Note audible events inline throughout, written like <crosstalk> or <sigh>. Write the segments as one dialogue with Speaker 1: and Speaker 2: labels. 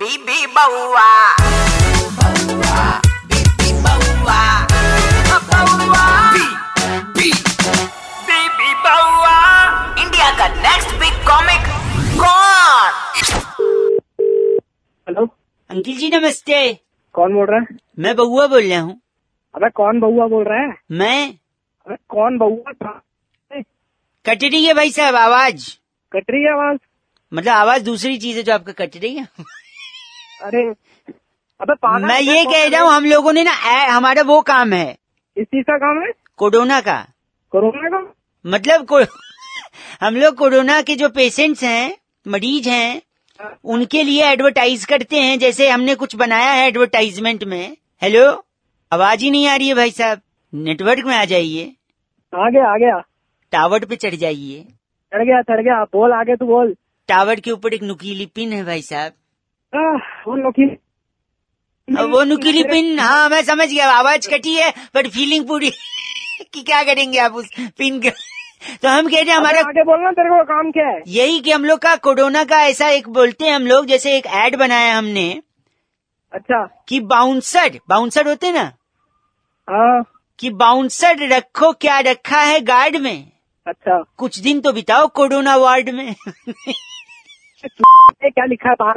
Speaker 1: बीबी बउआ बउआ बीबी बउआ बउआ बीबी बीबी बउआ इंडिया का नेक्स्ट बिग कॉमिक कौन
Speaker 2: हेलो
Speaker 3: अंकिल जी नमस्ते
Speaker 2: कौन बोल रहा है
Speaker 3: मैं बउआ बोल रहा हूँ
Speaker 2: अबे कौन बउआ बोल रहा है
Speaker 3: मैं
Speaker 2: अबे कौन बउआ था?
Speaker 3: कट रही है भाई साहब आवाज
Speaker 2: कट रही है आवाज
Speaker 3: मतलब आवाज दूसरी चीज है जो आपका कट रही है
Speaker 2: अरे अबे पागल
Speaker 3: मैं
Speaker 2: है क्या?
Speaker 3: ये
Speaker 2: कौन
Speaker 3: कह रहा हूँ हम लोगों ने ना ऐ- हमारा वो काम है
Speaker 2: इस चीज का काम है
Speaker 3: कोरोना का
Speaker 2: कोरोना का
Speaker 3: मतलब को, <laughs> हम लोग कोरोना के जो पेशेंट्स हैं मरीज हैं उनके लिए एडवर्टाइज करते हैं जैसे हमने कुछ बनाया है एडवर्टाइजमेंट में हेलो आवाज ही नहीं आ रही है भाई साहब नेटवर्क में आ जाइए
Speaker 2: आ गया आ गया
Speaker 3: टावर पे चढ़ जाइए
Speaker 2: चढ़ गया चढ़ गया बोल आगे तू बोल
Speaker 3: टावर के ऊपर एक नुकीली पिन है भाई साहब
Speaker 2: आह, वो नोकी
Speaker 3: अब वो नुकीली पिन हाँ मैं समझ गया आवाज कटी है बट फीलिंग पूरी <laughs> कि क्या करेंगे आप उस पिन के तो हम कह रहे
Speaker 2: अबे
Speaker 3: हैं हमारा
Speaker 2: आगे बोलना तेरे को काम क्या है
Speaker 3: यही कि हम लोग का कोरोना का ऐसा एक बोलते हैं हम लोग जैसे एक एड बनाया हमने
Speaker 2: अच्छा
Speaker 3: कि बाउंसर बाउंसर होते ना
Speaker 2: हाँ
Speaker 3: कि बाउंसर रखो क्या रखा है गार्ड में
Speaker 2: अच्छा
Speaker 3: कुछ दिन तो बिताओ कोरोना वार्ड में <laughs>
Speaker 2: ये क्या लिखा है बाहर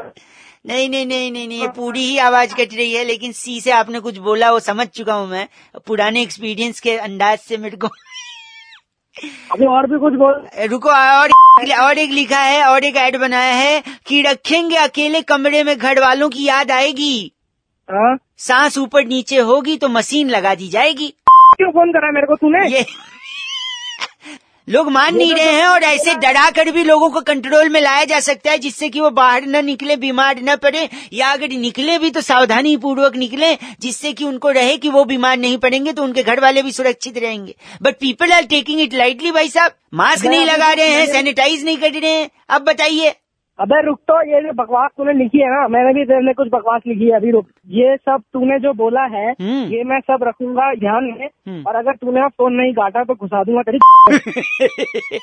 Speaker 3: नहीं नहीं नहीं नहीं नहीं ये पूरी ही आवाज कट रही है लेकिन सी से आपने कुछ बोला वो समझ चुका हूँ मैं पुराने एक्सपीरियंस के अंदाज से मेरे को
Speaker 2: अभी और भी कुछ बोल
Speaker 3: रुको और और एक लिखा है और एक ऐड बनाया है कि रखेंगे अकेले कमरे में घर वालों की याद आएगी
Speaker 2: हाँ
Speaker 3: सांस ऊपर नीचे होगी तो मशीन लगा दी जाएगी
Speaker 2: क्यों फोन करा मेरे को <laughs> तूने
Speaker 3: ये लोग मान नहीं रहे हैं और ऐसे डरा कर भी लोगों को कंट्रोल में लाया जा सकता है जिससे कि वो बाहर न निकले बीमार न पड़े या अगर निकले भी तो सावधानी पूर्वक निकले जिससे कि उनको रहे कि वो बीमार नहीं पड़ेंगे तो उनके घर वाले भी सुरक्षित रहेंगे but people are taking it lightly भाई साहब मास्क नहीं लगा रहे हैं सैनिटाइज नहीं कर रहे हैं अब बताइए
Speaker 2: अबे रुक तो ये जो बकवास तूने लिखी है ना मैंने भी तेरे लिए कुछ बकवास लिखी है अभी रुक ये सब तूने जो बोला है
Speaker 3: हम्म।
Speaker 2: ये मैं सब रखूंगा ध्यान में
Speaker 3: हम्म।
Speaker 2: और अगर तूने अब फोन नहीं काटा तो घुसा दूंगा तेरी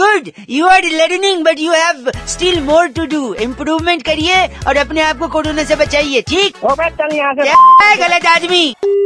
Speaker 3: good you are learning but you have still more to do improvement करिए और अपने आप को कोरोना से बचाइए ठीक
Speaker 2: हो गया चल यहाँ से
Speaker 3: ए, गलत आदमी